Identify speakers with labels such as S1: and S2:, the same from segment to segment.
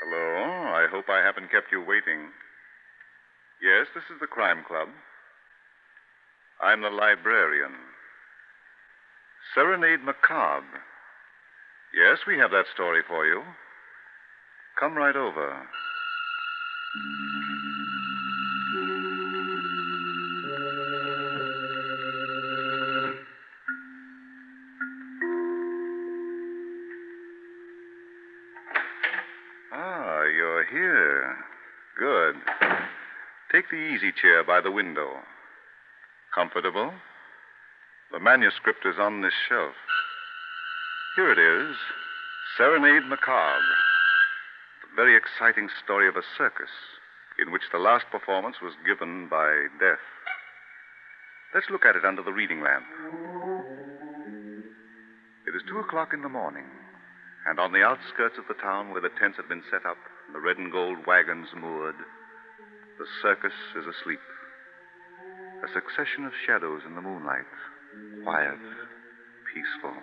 S1: Hello. I hope I haven't kept you waiting. Yes, this is the Crime Club. I'm the librarian. Serenade Macabre. Yes, we have that story for you. Come right over. Ah, you're here. Good. Take the easy chair by the window. Comfortable? The manuscript is on this shelf. Here it is Serenade Macabre. The very exciting story of a circus in which the last performance was given by death. Let's look at it under the reading lamp. It is two o'clock in the morning, and on the outskirts of the town where the tents had been set up, and the red and gold wagons moored, the circus is asleep. A succession of shadows in the moonlight, quiet, peaceful.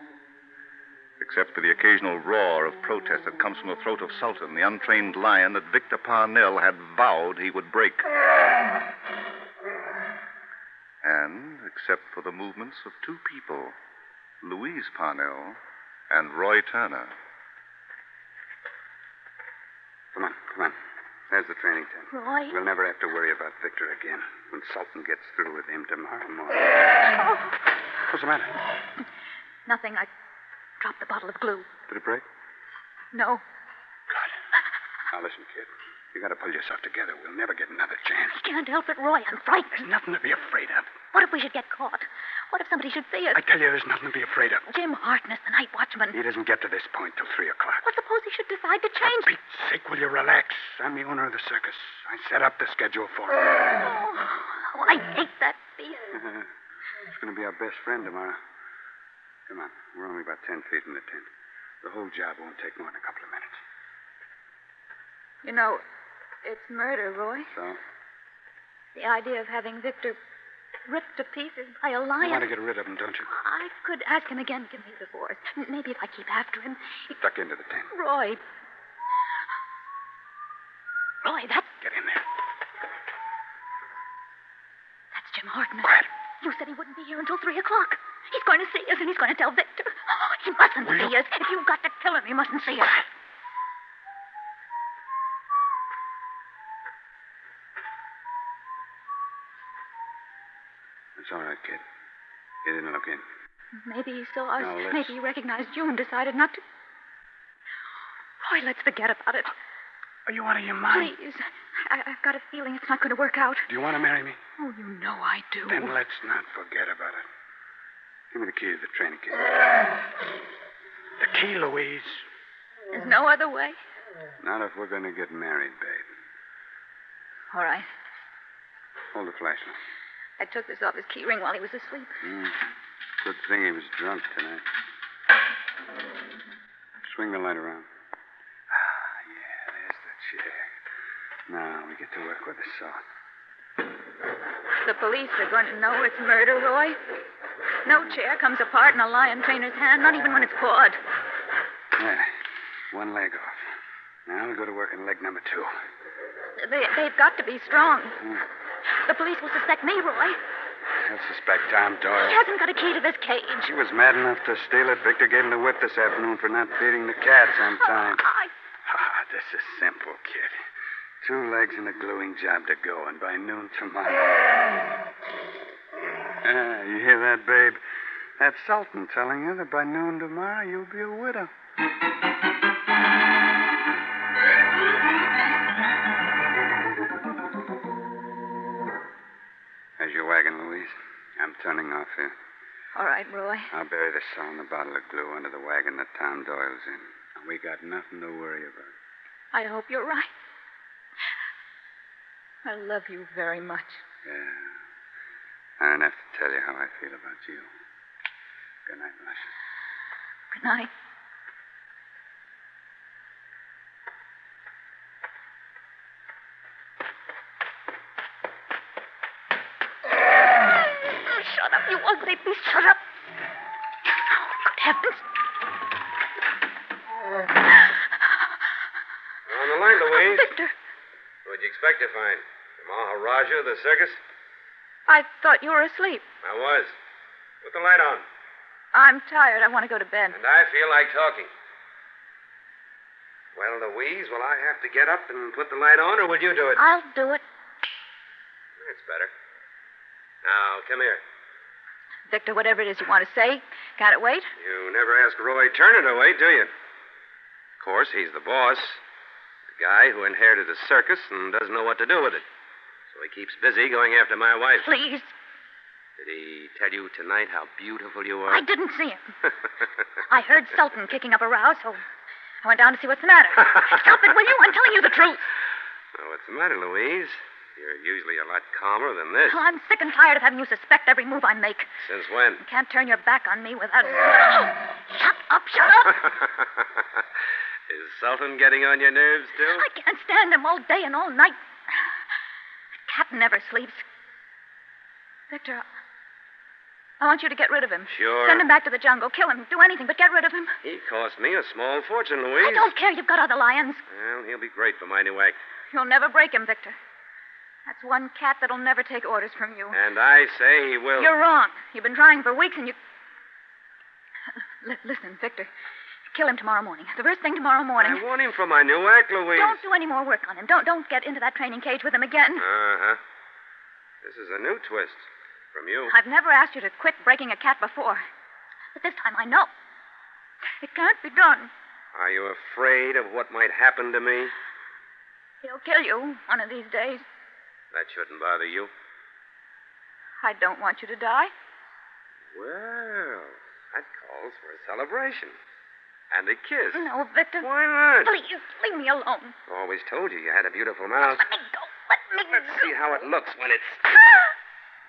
S1: Except for the occasional roar of protest that comes from the throat of Sultan, the untrained lion that Victor Parnell had vowed he would break. And except for the movements of two people, Louise Parnell and Roy Turner.
S2: Come on, come on. There's the training tent.
S3: Roy?
S2: We'll never have to worry about Victor again when Sultan gets through with him tomorrow morning. What's the matter?
S3: Nothing. I dropped the bottle of glue.
S2: Did it break?
S3: No.
S2: Good. Now listen, kid. You gotta pull yourself together. We'll never get another chance.
S3: I can't help it, Roy. I'm frightened.
S2: There's nothing to be afraid of.
S3: What if we should get caught? What if somebody should see
S2: I
S3: us?
S2: tell you, there's nothing to be afraid of.
S3: Jim Harkness, the night watchman.
S2: He doesn't get to this point till three o'clock.
S3: Well, suppose he should decide to
S2: For
S3: change.
S2: Pete's sake, will you relax? I'm the owner of the circus. I set up the schedule for him.
S3: Oh, oh, I hate that feeling.
S2: He's going to be our best friend tomorrow. Come on, we're only about ten feet from the tent. The whole job won't take more than a couple of minutes.
S3: You know, it's murder, Roy.
S2: So,
S3: The idea of having Victor ripped to pieces by a
S2: you want to
S3: lion.
S2: get rid of him, don't you?
S3: I could ask him again to give me the divorce. M- Maybe if I keep after him.
S2: Duck into the tent.
S3: Roy. Roy, that's,
S2: Get in there.
S3: that's Jim Harkness.
S2: Quiet.
S3: You said he wouldn't be here until three o'clock. He's going to see us, and he's going to tell Victor. Oh, He mustn't
S2: Will you-
S3: see us. If you've got to kill him, he mustn't see us.
S2: It's all right, kid. He didn't look in.
S3: Maybe he saw us.
S2: Now, let's-
S3: Maybe he recognized you and decided not to. Roy, let's forget about it.
S2: Are you out of your mind?
S3: Please. I- I've got a feeling it's not going to work out.
S2: Do you want to marry me?
S3: Oh, you know I do.
S2: Then let's not forget about it. Give me the key to the train, kid. The key, Louise.
S3: There's no other way.
S2: Not if we're going to get married, babe.
S3: All right.
S2: Hold the flashlight.
S3: I took this off his key ring while he was asleep.
S2: Mm. Good thing he was drunk tonight. Swing the light around. Ah, yeah, there's the chair. Now we get to work with the saw.
S3: The police are going to know it's murder, Roy. No chair comes apart in a lion trainer's hand, not even when it's pawed.
S2: There. One leg off. Now we'll go to work on leg number two. Hmm.
S3: They, they've got to be strong. The police will suspect me, Roy.
S2: They'll suspect Tom
S3: He
S2: Doyle.
S3: hasn't got a key to this cage.
S2: She was mad enough to steal it. Victor gave him the whip this afternoon for not feeding the cats on time.
S3: Oh, I,
S2: Ah, this is simple, kid. Two legs and a gluing job to go, and by noon tomorrow. Ah, you hear that, babe? That's Sultan telling you that by noon tomorrow you'll be a widow. There's your wagon, Louise. I'm turning off here.
S3: all right, Roy.
S2: I'll bury the saw and the bottle of glue under the wagon that Tom Doyle's in. And we got nothing to worry about.
S3: I hope you're right. I love you very much.
S2: Yeah. I don't have to tell you how I feel about you. Good night, Lassie.
S3: Good night. Shut up, you ugly beast. Shut up. Oh, good heavens.
S2: On the line, Louise.
S3: Oh, Victor,
S2: What'd you expect to find? The Maharaja of the circus?
S3: I thought you were asleep.
S2: I was. Put the light on.
S3: I'm tired. I want to go to bed.
S2: And I feel like talking. Well, Louise, will I have to get up and put the light on, or will you do it?
S3: I'll do it.
S2: That's better. Now, come here.
S3: Victor, whatever it is you want to say, can't it wait?
S2: You never ask Roy Turner to wait, do you? Of course, he's the boss. The guy who inherited the circus and doesn't know what to do with it. So he keeps busy going after my wife.
S3: Please.
S2: Did he tell you tonight how beautiful you are?
S3: I didn't see him. I heard Sultan kicking up a row, so I went down to see what's the matter. Stop it, will you? I'm telling you the truth.
S2: Now, what's the matter, Louise? You're usually a lot calmer than this.
S3: Oh, I'm sick and tired of having you suspect every move I make.
S2: Since when?
S3: You can't turn your back on me without. shut up, shut up!
S2: Is Sultan getting on your nerves, too?
S3: I can't stand him all day and all night. Cat never sleeps. Victor, I want you to get rid of him.
S2: Sure.
S3: Send him back to the jungle. Kill him. Do anything, but get rid of him.
S2: He cost me a small fortune, Louise.
S3: I don't care. You've got other lions.
S2: Well, he'll be great for my new act.
S3: You'll never break him, Victor. That's one cat that'll never take orders from you.
S2: And I say he will.
S3: You're wrong. You've been trying for weeks and you. L- listen, Victor. Kill him tomorrow morning. The first thing tomorrow morning.
S2: I want him for my new act, Louise.
S3: Don't do any more work on him. Don't don't get into that training cage with him again.
S2: Uh-huh. This is a new twist from you.
S3: I've never asked you to quit breaking a cat before. But this time I know. It can't be done.
S2: Are you afraid of what might happen to me?
S3: He'll kill you one of these days.
S2: That shouldn't bother you.
S3: I don't want you to die.
S2: Well, that calls for a celebration. And a kiss.
S3: No, Victor.
S2: Why not?
S3: Please, leave me alone.
S2: Always told you you had a beautiful mouth.
S3: Let me go. Let me
S2: Let's see how it looks when it's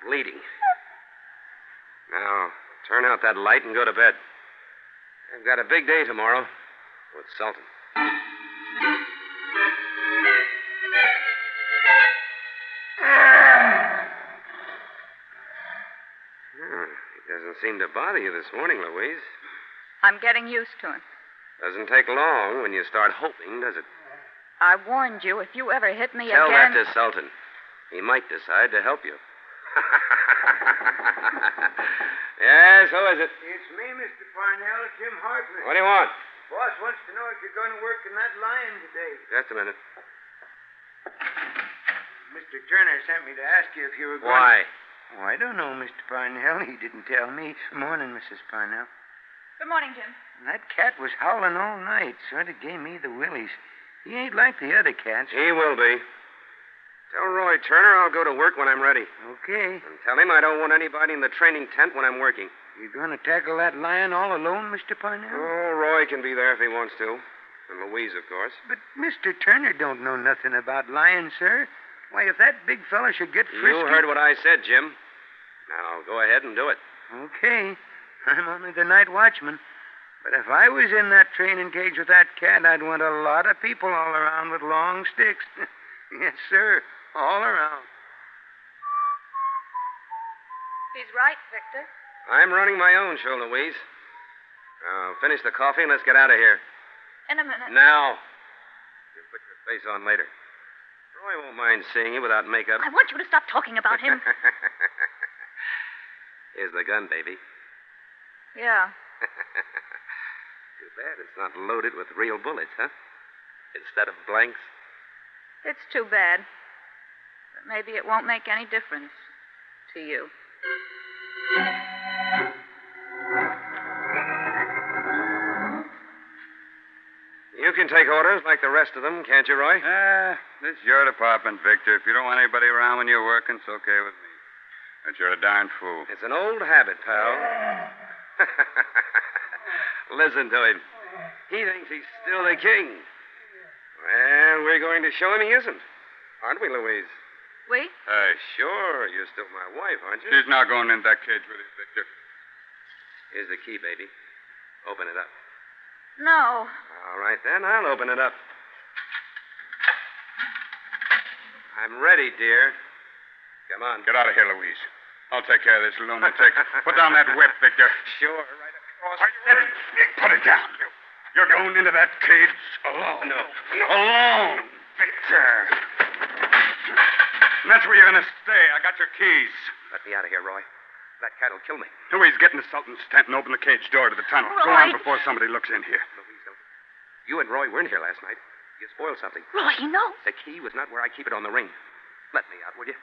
S2: bleeding. Now, turn out that light and go to bed. I've got a big day tomorrow with Sultan. Ah, Hmm, It doesn't seem to bother you this morning, Louise.
S3: I'm getting used to him.
S2: Doesn't take long when you start hoping, does it?
S3: I warned you. If you ever hit me
S2: Tell
S3: again,
S2: that to Sultan. He might decide to help you. yes, who is it?
S4: It's me, Mr. Parnell, Jim Hartman.
S2: What do you want?
S4: Boss wants to know if you're going to work in that lion today.
S2: Just a minute.
S4: Mr. Turner sent me to ask you if you were going.
S2: Why?
S4: Oh, I don't know, Mr. Parnell. He didn't tell me. Morning, Mrs. Parnell.
S3: Good morning, Jim.
S4: That cat was howling all night. Sort of gave me the willies. He ain't like the other cats.
S2: He will be. Tell Roy Turner I'll go to work when I'm ready.
S4: Okay.
S2: And tell him I don't want anybody in the training tent when I'm working.
S4: You're going to tackle that lion all alone, Mr. Parnell?
S2: Oh, Roy can be there if he wants to. And Louise, of course.
S4: But Mr. Turner don't know nothing about lions, sir. Why, if that big fella should get frisky...
S2: You heard what I said, Jim. Now go ahead and do it.
S4: Okay. I'm only the night watchman. But if I was in that training cage with that cat, I'd want a lot of people all around with long sticks. yes, sir. All around.
S3: He's right, Victor.
S2: I'm running my own show, Louise. Now finish the coffee and let's get out of here.
S3: In a minute.
S2: Now. You put your face on later. Roy won't mind seeing you without makeup.
S3: I want you to stop talking about him.
S2: Here's the gun, baby.
S3: yeah.
S2: Too bad it's not loaded with real bullets, huh? Instead of blanks.
S3: It's too bad. But maybe it won't make any difference to you.
S2: You can take orders like the rest of them, can't you, Roy?
S5: Ah, this is your department, Victor. If you don't want anybody around when you're working, it's okay with me. But you're a darn fool.
S2: It's an old habit, pal. Listen to him. He thinks he's still the king. Well, we're going to show him he isn't. Aren't we, Louise?
S3: We?
S5: Hey,
S2: Uh, Sure, you're still my wife, aren't you?
S5: she's not going in that cage with you, Victor.
S2: Here's the key, baby. Open it up.
S3: No.
S2: All right, then, I'll open it up. I'm ready, dear. Come on.
S5: Get out of here, Louise. I'll take care of this lunatic. Put down that whip, Victor.
S2: Sure, right across.
S5: Put it down. You
S4: You're going into that cage alone. Alone, Victor. And that's where you're going to stay. I got your keys.
S2: Let me out of here, Roy. That cat'll kill me.
S4: Louise, get in the Sultan tent and open the cage door to the tunnel. Go
S3: Roy.
S4: on before somebody looks in here.
S2: Louise, don't. You and Roy were in here last night. You spoiled something.
S3: Roy, no.
S2: The key was not where I keep it on the ring. Let me out, will you?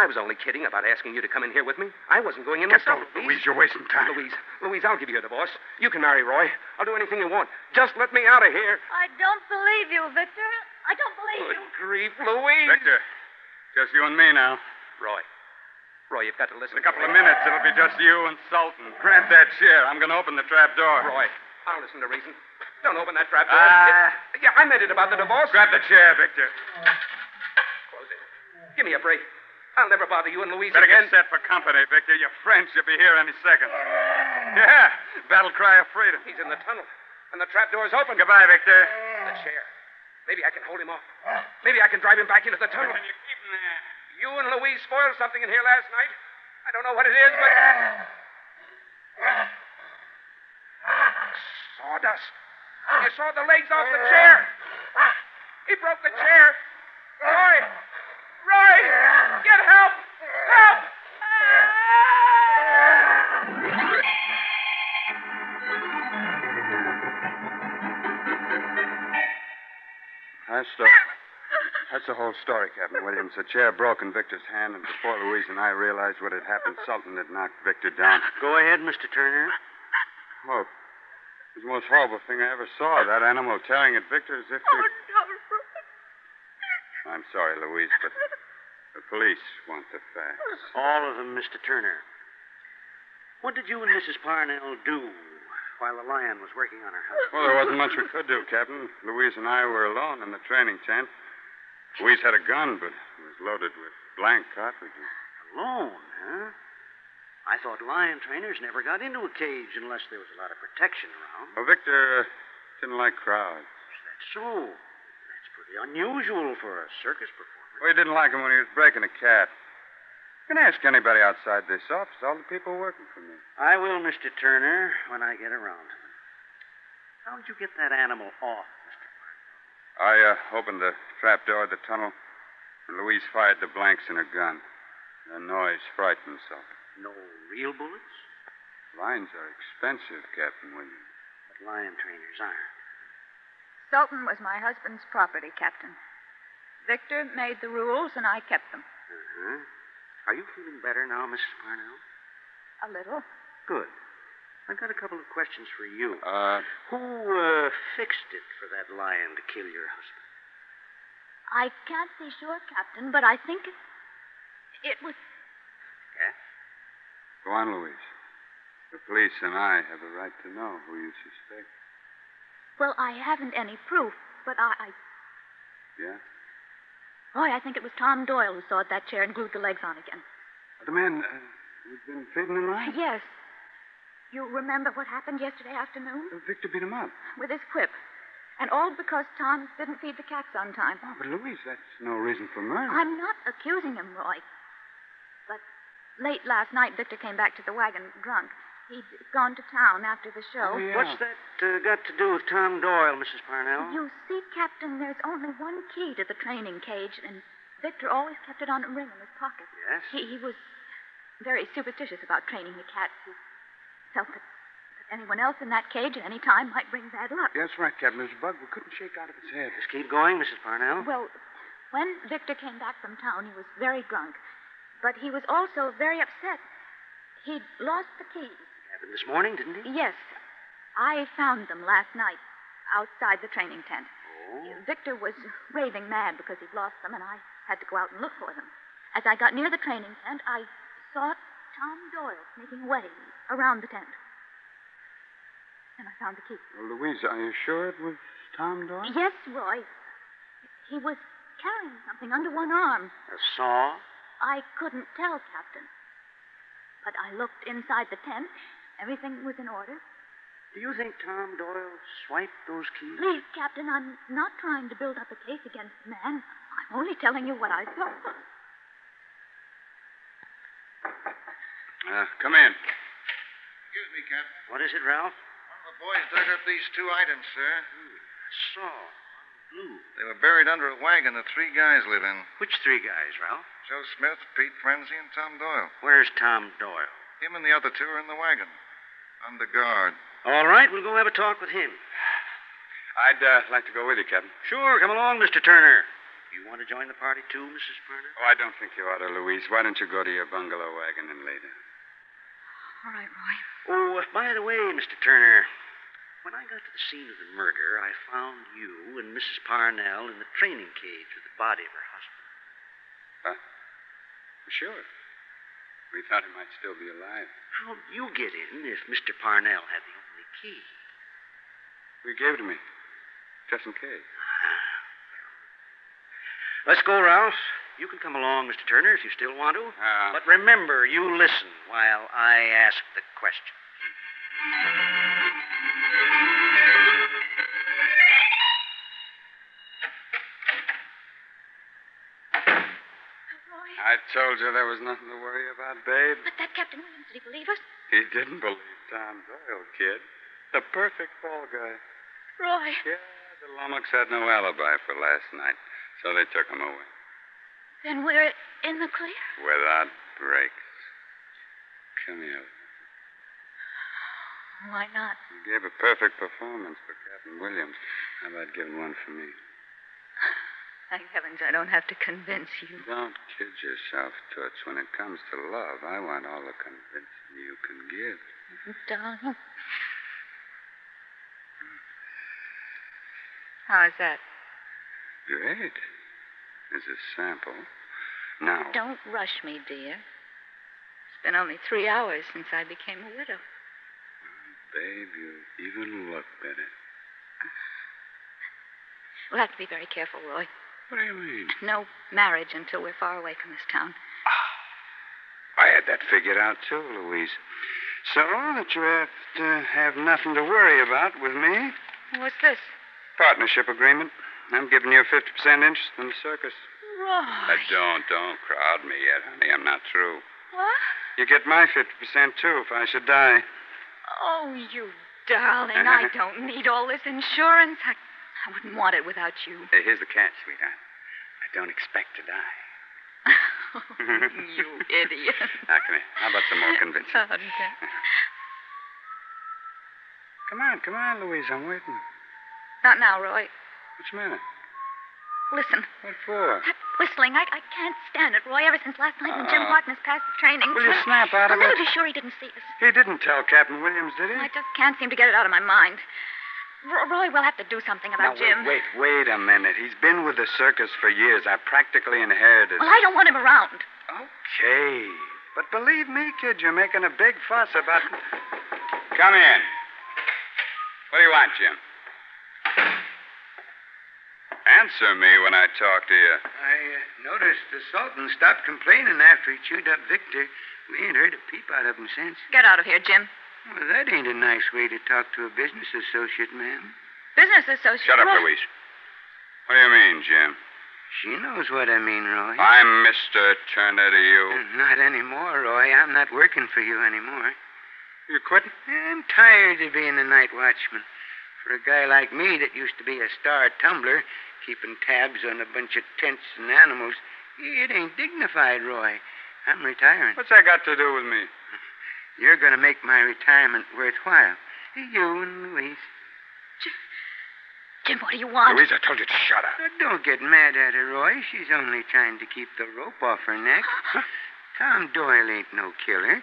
S2: I was only kidding about asking you to come in here with me. I wasn't going in
S4: Get
S2: myself.
S4: out, Louise. You're wasting time.
S2: Louise, Louise, I'll give you a divorce. You can marry Roy. I'll do anything you want. Just let me out of here.
S3: I don't believe you, Victor. I don't believe
S2: Good
S3: you.
S2: grief, Louise.
S4: Victor, just you and me now.
S2: Roy. Roy, you've got to listen.
S4: In a couple
S2: to
S4: of
S2: me.
S4: minutes, it'll be just you and Sultan. Grab that chair. I'm going to open the trap door.
S2: Roy, I'll listen to reason. Don't open that trap door.
S4: Ah.
S2: It- yeah, I meant it about the divorce.
S4: Grab the chair, Victor.
S2: Close it. Give me a break. I'll never bother you and Louise
S4: Better
S2: again.
S4: get set for company, Victor. Your friend should be here any second. Yeah, battle cry of freedom.
S2: He's in the tunnel, and the trap door's open.
S4: Goodbye, Victor.
S2: The chair. Maybe I can hold him off. Maybe I can drive him back into the tunnel.
S4: you keep him there?
S2: You and Louise spoiled something in here last night. I don't know what it is, but. Sawdust. You saw the legs off the chair. He broke the chair. Roy! Roy! Get help! Help!
S5: That's the, that's the whole story, Captain Williams. The chair broke in Victor's hand, and before Louise and I realized what had happened, Sultan had knocked Victor down.
S4: Go ahead, Mr. Turner.
S5: Oh, it was the most horrible thing I ever saw. That animal tearing at Victor as if
S3: Oh,
S5: he...
S3: no, Roy.
S5: I'm sorry, Louise, but the police want the facts.
S4: All of them, Mr. Turner. What did you and Mrs. Parnell do while the lion was working on her husband?
S5: Well, there wasn't much we could do, Captain. Louise and I were alone in the training tent. Louise had a gun, but it was loaded with blank cartridges.
S4: Alone, huh? I thought lion trainers never got into a cage unless there was a lot of protection around.
S5: Well, Victor uh, didn't like crowds.
S4: Is that so? That's pretty unusual for a circus performer.
S5: Well, he didn't like him when he was breaking a cat. You can ask anybody outside this office, all the people working for me.
S4: I will, Mr. Turner, when I get around to them. How'd you get that animal off, Mr.
S5: I uh, opened the trap door of the tunnel, and Louise fired the blanks in her gun. The noise frightened Sultan.
S4: No real bullets?
S5: Lines are expensive, Captain Williams.
S4: But lion trainers aren't.
S3: Sultan was my husband's property, Captain. Victor made the rules, and I kept them.
S4: Uh-huh. Are you feeling better now, Mrs. Parnell?
S3: A little.
S4: Good. I've got a couple of questions for you.
S5: Uh,
S4: Who uh, fixed it for that lion to kill your husband?
S3: I can't be sure, Captain, but I think it, it was.
S4: Yeah?
S5: go on, Louise. The police and I have a right to know who you suspect.
S3: Well, I haven't any proof, but I, I.
S5: Yeah?
S3: Roy, I think it was Tom Doyle who sawed that chair and glued the legs on again.
S5: The man uh, who's been feeding the lion?
S3: Uh, Yes. You remember what happened yesterday afternoon?
S5: Uh, Victor beat him up.
S3: With his whip. And all because Tom didn't feed the cats on time.
S5: Oh, but Louise, that's no reason for murder.
S3: I'm not accusing him, Roy. But late last night, Victor came back to the wagon drunk. He'd gone to town after the show.
S5: Oh, yeah.
S4: What's that uh, got to do with Tom Doyle, Mrs. Parnell?
S3: You see, Captain, there's only one key to the training cage, and Victor always kept it on a ring in his pocket.
S4: Yes?
S3: He, he was very superstitious about training the cats. He felt that, that anyone else in that cage at any time might bring bad luck.
S5: That's right, Captain. There's a bug we couldn't shake out of his head.
S4: Just keep going, Mrs. Parnell.
S3: Well, when Victor came back from town, he was very drunk, but he was also very upset. He'd lost the keys.
S4: Happened this morning, didn't he?
S3: Yes, I found them last night outside the training tent.
S4: Oh.
S3: Victor was raving mad because he'd lost them, and I had to go out and look for them. As I got near the training tent, I saw Tom Doyle sneaking away around the tent. And I found the key.
S5: Well, Louise, are you sure it was Tom Doyle?
S3: Yes, Roy. He was carrying something under one arm.
S4: A saw?
S3: I couldn't tell, Captain. But I looked inside the tent. Everything was in order.
S4: Do you think Tom Doyle swiped those keys?
S3: Please, Captain, I'm not trying to build up a case against the man. I'm only telling you what I saw.
S5: Uh, come in. Ah,
S4: What is it, Ralph?
S6: One of the boys dug up these two items, sir.
S4: Saw. Blue.
S6: They were buried under a wagon that three guys live in
S4: Which three guys, Ralph?
S6: Joe Smith, Pete Frenzy, and Tom Doyle.
S4: Where's Tom Doyle?
S6: Him and the other two are in the wagon, under guard.
S4: All right, we'll go have a talk with him.
S5: I'd uh, like to go with you, Captain.
S4: Sure, come along, Mr. Turner. You want to join the party too, Mrs. Turner?
S5: Oh, I don't think you ought to, Louise. Why don't you go to your bungalow wagon and later?
S3: All right, Roy.
S4: Oh, uh, by the way, Mr. Turner, when I got to the scene of the murder, I found you and Mrs. Parnell in the training cage with the body of her husband.
S5: Sure. We thought he might still be alive.
S4: How'd you get in if Mr. Parnell had the only key?
S5: We gave it to me, just in case.
S4: Let's go, Ralph. You can come along, Mr. Turner, if you still want to.
S5: Uh,
S4: But remember, you listen while I ask the question.
S3: Roy.
S5: I told you there was nothing to worry about, babe.
S3: But that Captain Williams, did he believe us?
S5: He didn't believe Tom Doyle, kid. The perfect ball guy.
S3: Roy.
S5: Yeah, the Lummox had no alibi for last night, so they took him away
S3: Then we're in the clear.
S5: without breaks. Come here.
S3: Why not?
S5: You gave a perfect performance for Captain Williams. How about giving one for me?
S3: Thank heavens I don't have to convince you.
S5: Don't kid yourself, Toots. When it comes to love, I want all the convincing you can give.
S3: Darling. How is that?
S5: Great. As a sample. Now,
S3: Don't rush me, dear. It's been only three hours since I became a widow.
S5: babe, you even look better.
S3: We'll have to be very careful, Roy.
S5: What do you mean?
S3: No marriage until we're far away from this town.
S5: I had that figured out too, Louise. So that you have to have nothing to worry about with me.
S3: What's this?
S5: Partnership agreement. I'm giving you a 50% interest in the circus.
S3: Roy.
S5: Uh, don't, don't crowd me yet, honey. I'm not through.
S3: What?
S5: You get my 50% too if I should die.
S3: Oh, you darling. I don't need all this insurance. I, I wouldn't want it without you.
S5: Hey, here's the catch, sweetheart. I don't expect to die.
S3: you idiot.
S5: Now, Ah, come here. How about some more convincing?
S3: Oh, dear.
S5: Come on, come on, Louise. I'm waiting.
S3: Not now, Roy.
S5: What's the matter?
S3: Listen.
S5: What for?
S3: That whistling, I, I can't stand it, Roy. Ever since last night when Jim
S5: Uh,
S3: Harkness passed the training.
S5: will you snap out of
S3: I'm
S5: it?
S3: pretty sure he didn't see us.
S5: He didn't tell Captain Williams, did he?
S3: I just can't seem to get it out of my mind. Ro- Roy will have to do something
S5: Now,
S3: about
S5: wait,
S3: Jim.
S5: wait, wait a minute. He's been with the circus for years. I practically inherited.
S3: Well, I don't want him around.
S5: Okay. But believe me, kid, you're making a big fuss about. Come in. What do you want, Jim? Answer me when I talk to you.
S4: I uh, noticed the Sultan stopped complaining after he chewed up Victor. We ain't heard a peep out of him since.
S3: Get out of here, Jim.
S4: Well, that ain't a nice way to talk to a business associate, ma'am.
S3: Business associate.
S5: Shut up,
S3: Roy-
S5: Louise. What do you mean, Jim?
S4: She knows what I mean, Roy. Uh,
S5: I'm Mr. Turner to you.
S4: Not anymore, Roy. I'm not working for you anymore.
S5: You quitting?
S4: I'm tired of being a night watchman. For a guy like me that used to be a star tumbler, keeping tabs on a bunch of tents and animals, it ain't dignified, Roy. I'm retiring.
S5: What's that got to do with me?
S4: You're going to make my retirement worthwhile. You and Louise.
S3: Jim, what do you want?
S5: Louise, I told you to shut up.
S4: Now, don't get mad at her, Roy. She's only trying to keep the rope off her neck. Tom Doyle ain't no killer,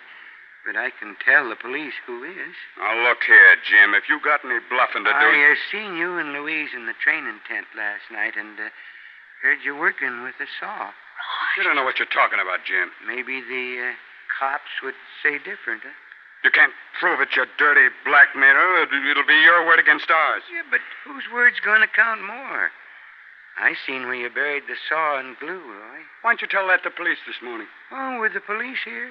S4: but I can tell the police who is.
S5: Now, look here, Jim. If you got any bluffing to do.
S4: I uh, seen you and Louise in the training tent last night and uh, heard you working with a saw.
S5: You don't know what you're talking about, Jim.
S4: Maybe the uh, cops would say different, huh?
S5: You can't prove it, you dirty blackmailer. It- It'll be your word against ours.
S4: Yeah, but whose word's going to count more? I seen where you buried the saw and glue, Roy.
S5: Why don't you tell that to police this morning?
S4: Oh, with the police here?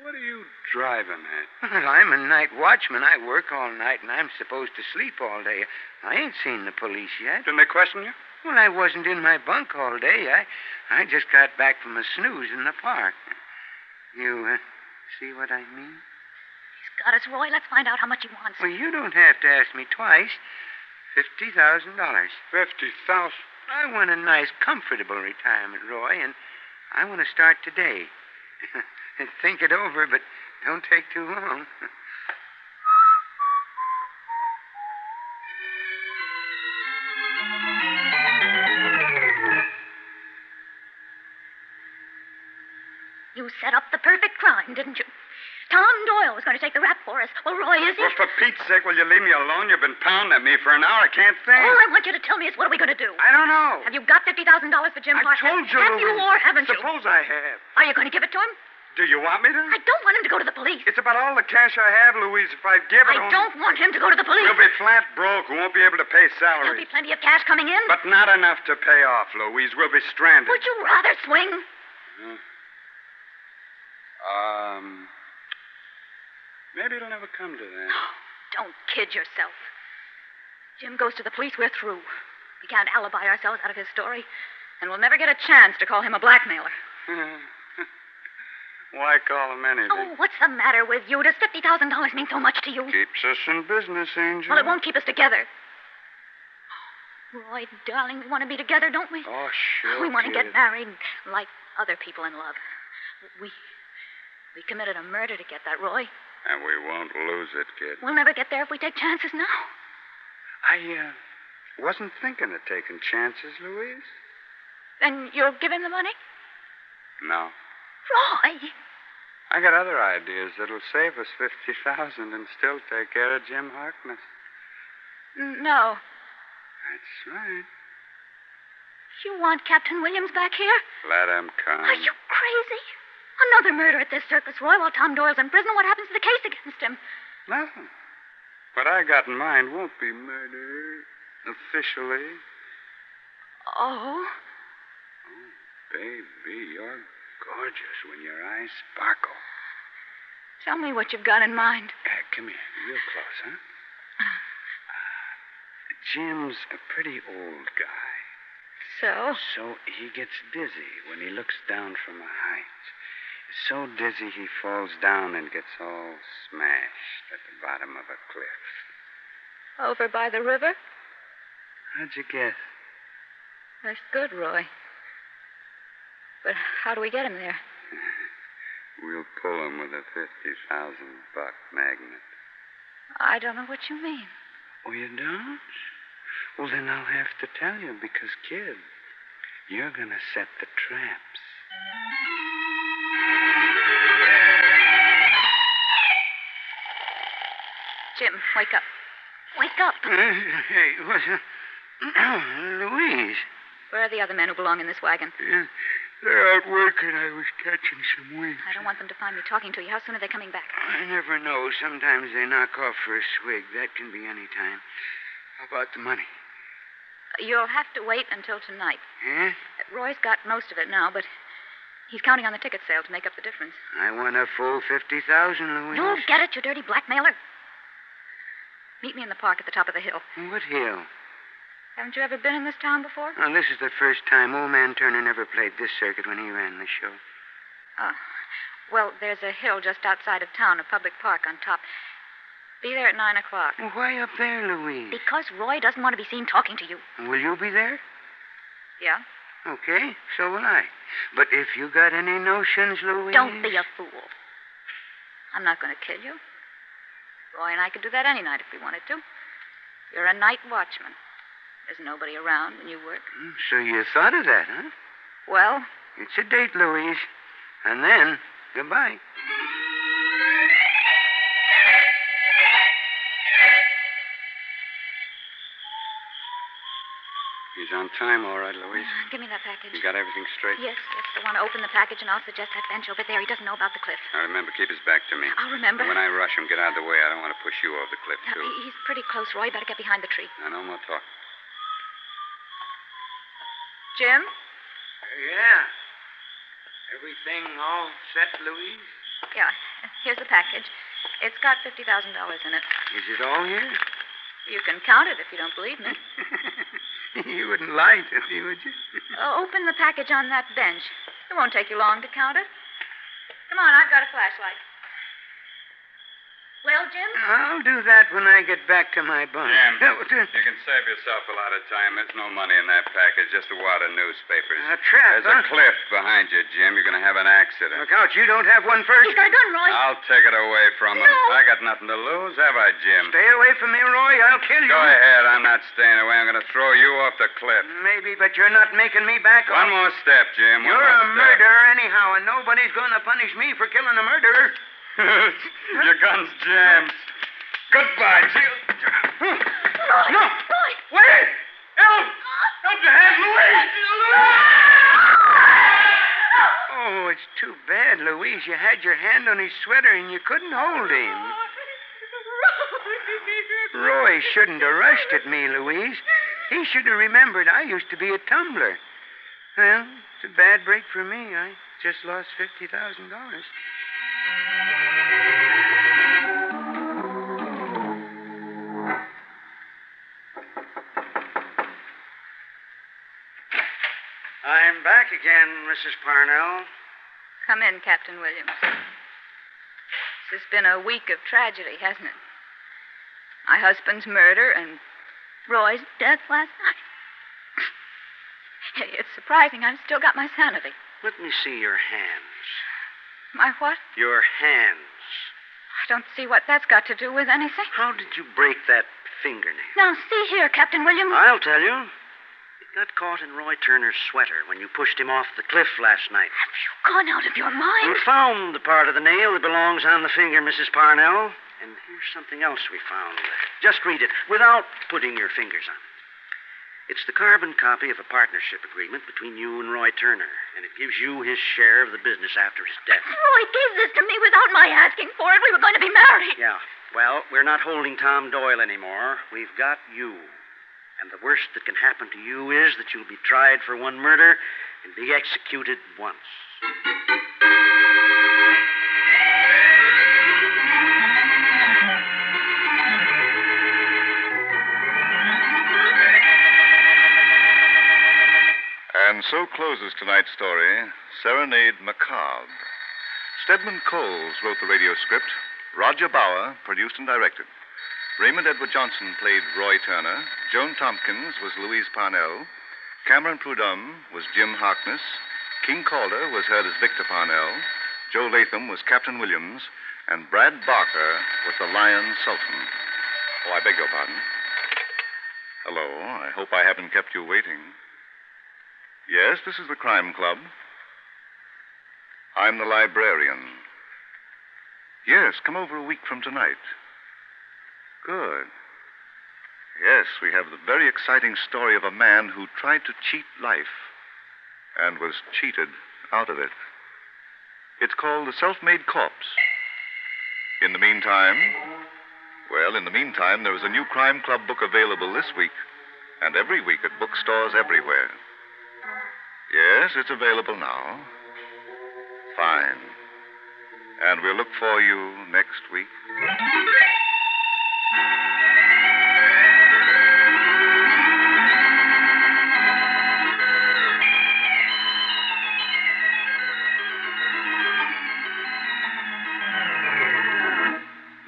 S5: What are you driving at?
S4: Well, I'm a night watchman. I work all night and I'm supposed to sleep all day. I ain't seen the police yet.
S5: Didn't they question you?
S4: Well, I wasn't in my bunk all day. I, I just got back from a snooze in the park. You uh, see what I mean?
S3: He's got us, Roy. Let's find out how much he wants.
S4: Well, you don't have to ask me twice. Fifty thousand dollars.
S5: Fifty thousand.
S4: I want a nice, comfortable retirement, Roy, and I want to start today. Think it over, but don't take too long.
S3: You set up the perfect crime, didn't you? Tom Doyle was going to take the rap for us. Well, Roy, is he?
S5: Well, for Pete's sake, will you leave me alone? You've been pounding at me for an hour. I can't think.
S3: All I want you to tell me is what are we going to do?
S5: I don't know.
S3: Have you got $50,000 for Jim
S5: I
S3: Parker?
S5: told you.
S3: Have
S5: to-
S3: you or haven't you?
S5: Suppose I have.
S3: Are you going to give it to him?
S5: Do you want me to?
S3: I don't want him to go to the police.
S5: It's about all the cash I have, Louise. If I give it,
S3: I don't want him to go to the police.
S5: We'll be flat broke. We won't be able to pay
S3: There'll
S5: salaries.
S3: be plenty of cash coming in.
S5: But not enough to pay off, Louise. We'll be stranded.
S3: Would you rather swing?
S5: Um. Maybe it'll never come to that.
S3: Don't kid yourself. Jim goes to the police, we're through. We can't alibi ourselves out of his story, and we'll never get a chance to call him a blackmailer.
S5: Why call him anything?
S3: Oh, what's the matter with you? Does fifty thousand dollars mean so much to you?
S5: Keeps us in business,
S3: Oh.
S5: Angel.
S3: Well, it won't keep us together. Roy, darling, we want to be together, don't we?
S5: Oh, sure.
S3: we want to
S5: kid.
S3: get married like other people in love. We we committed a murder to get that, Roy.
S5: And we won't lose it, kid.
S3: We'll never get there if we take chances now.
S5: I uh, wasn't thinking of taking chances, Louise.
S3: Then you'll give him the money?
S5: No.
S3: Roy!
S5: I got other ideas that'll save us fifty thousand and still take care of Jim Harkness.
S3: No.
S5: That's right.
S3: You want Captain Williams back here?
S5: Let him come.
S3: Are you crazy? Another murder at this circus, Roy, while Tom Doyle's in prison. What happens to the case against him?
S5: Nothing. What I got in mind won't be murder officially.
S3: Oh,
S5: Baby, you're gorgeous when your eyes sparkle.
S3: tell me what you've got in mind.
S5: Uh, come here, real close, huh? Uh, Jim's a pretty old guy.
S3: So?
S5: So he gets dizzy when he looks down from a height. So dizzy he falls down and gets all smashed at the bottom of a cliff.
S3: Over by the river?
S5: How'd you guess?
S3: That's good, Roy. But how do we get him there?
S5: We'll pull him with a 50,000 buck magnet.
S3: I don't know what you mean.
S5: Oh, you don't? Well, then I'll have to tell you because, kid, you're going to set the traps.
S3: Jim, wake up. Wake up.
S4: hey, what's Louise.
S3: Where are the other men who belong in this wagon?
S4: Yeah, They're out working. I was catching some wind.
S3: I don't want them to find me talking to you. How soon are they coming back?
S4: I never know. Sometimes they knock off for a swig. That can be any time. How about the money?
S3: You'll have to wait until tonight.
S4: Huh?
S3: Roy's got most of it now, but he's counting on the ticket sale to make up the difference.
S4: I want a full 50000 Louise.
S3: You'll get it, you dirty blackmailer. Meet me in the park at the top of the hill.
S4: What hill?
S3: Haven't you ever been in this town before?
S4: Now, this is the first time old man Turner never played this circuit when he ran the show.
S3: Oh. Well, there's a hill just outside of town, a public park on top. Be there at nine o'clock.
S4: Well, why up there,
S5: Hmm.
S4: Louise?
S3: Because Roy doesn't want to be seen talking to you.
S4: Will you be there?
S3: Yeah?
S4: Okay, so will I. But if you got any notions, Louise.
S3: Don't be a fool. I'm not going to kill you. Roy and I could do that any night if we wanted to. You're a night watchman. There's nobody around when you work.
S4: Hmm, So you thought of that, huh?
S3: Well,
S4: It's a date, Louise. And then, goodbye.
S5: He's on time, all right, Louise.
S3: uh, give me that package.
S5: You got everything straight?
S3: Yes, yes. I want to open the package, and I'll suggest that bench over there. He doesn't know about the cliff.
S5: Now, remember, keep his back to me.
S3: I'll remember.
S5: And when I rush him, get out of the way. I don't want to push you over the cliff,
S3: Now,
S5: too.
S3: he- he's pretty close, Roy. Better get behind the tree.
S5: Now, no more talk.
S3: Jim?
S4: Yeah. Everything all set, Louise?
S3: Yeah, here's the package. It's got $50,000 in it.
S4: Is it all here?
S3: You can count it if you don't believe me.
S4: you wouldn't lie to me, would you?
S3: Oh, open the package on that bench. It won't take you long to count it. Come on, I've got a flashlight.
S7: Well, Jim?
S4: I'll do that when I get back to my bunk. Uh,
S5: Jim,
S4: t-
S5: you can save yourself a lot of time. There's no money in that package, just a wad of newspapers.
S4: A trap,
S5: There's a
S4: huh?
S5: cliff behind you, Jim. You're going to have an accident.
S4: Look out, you don't have one first.
S7: He's got a gun, Roy.
S4: Uh.
S5: I'll take it away from him.
S7: No.
S5: I got nothing to lose, have I, Jim?
S4: Stay away from me, Roy. I'll kill you.
S5: Go ahead. I'm not staying away. I'm going to throw you off the cliff.
S4: Maybe, but you're not making me back off.
S5: One more step, Jim. One
S4: You're a
S5: more step.
S4: murderer anyhow, and nobody's going to punish me for killing a murderer.
S5: Your gun's jammed. Goodbye, Jim.
S7: Roy!
S4: No.
S7: Roy!
S4: Wait! Help! Help your hand, Louise! Oh, it's too bad, Louise. You had your hand on his sweater and you couldn't hold him. Roy shouldn't have rushed at me, Louise. He should have remembered I used to be a tumbler. Well, it's a bad break for me. I just lost fifty thousand dollars. I'm back again, Mrs. Parnell.
S3: Come in, Captain Williams. This has been a week of tragedy, hasn't it? My husband's murder and Roy's death last night. It's surprising I've still got my sanity.
S4: Let me see your hands.
S3: My what?
S4: Your hands.
S3: I don't see what that's got to do with anything.
S4: How did you break that fingernail?
S3: Now, see here, Captain Williams.
S4: I'll tell you. It got caught in Roy Turner's sweater when you pushed him off the cliff last night.
S3: Have you gone out of your
S4: We
S3: mind?
S4: found the part of the nail that belongs on the finger, Mrs. Parnell. And here's something else we found. Just read it, without putting your fingers on it. It's the carbon copy of a partnership agreement between you and Roy Turner, and it gives you his share of the business after his death.
S3: Roy gave this to me without my asking for it. We were going to be married.
S4: Yeah. Well, we're not holding Tom Doyle anymore. We've got you. And the worst that can happen to you is that you'll be tried for one murder and be executed once.
S1: And so closes tonight's story, Serenade Macabre. Stedman Coles wrote the radio script. Roger Bauer produced and directed. Raymond Edward Johnson played Roy Turner. Joan Tompkins was Louise Parnell. Cameron Prudhomme was Jim Harkness. King Calder was heard as Victor Parnell. Joe Latham was Captain Williams. And Brad Barker was the Lion Sultan. Oh, I beg your pardon. Hello. I hope I haven't kept you waiting. Yes, this is the Crime Club. I'm the librarian. Yes, come over a week from tonight. Good. Yes, we have the very exciting story of a man who tried to cheat life and was cheated out of it. It's called The Self Made Corpse. In the meantime, well, in the meantime, there is a new Crime Club book available this week and every week at bookstores everywhere. Yes, it's available now. Fine. And we'll look for you next week.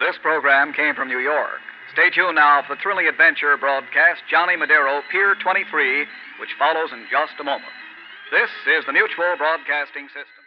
S8: This program came from New York. Stay tuned now for thrilling adventure broadcast Johnny Madero, Pier 23, which follows in just a moment. This is the Mutual Broadcasting System.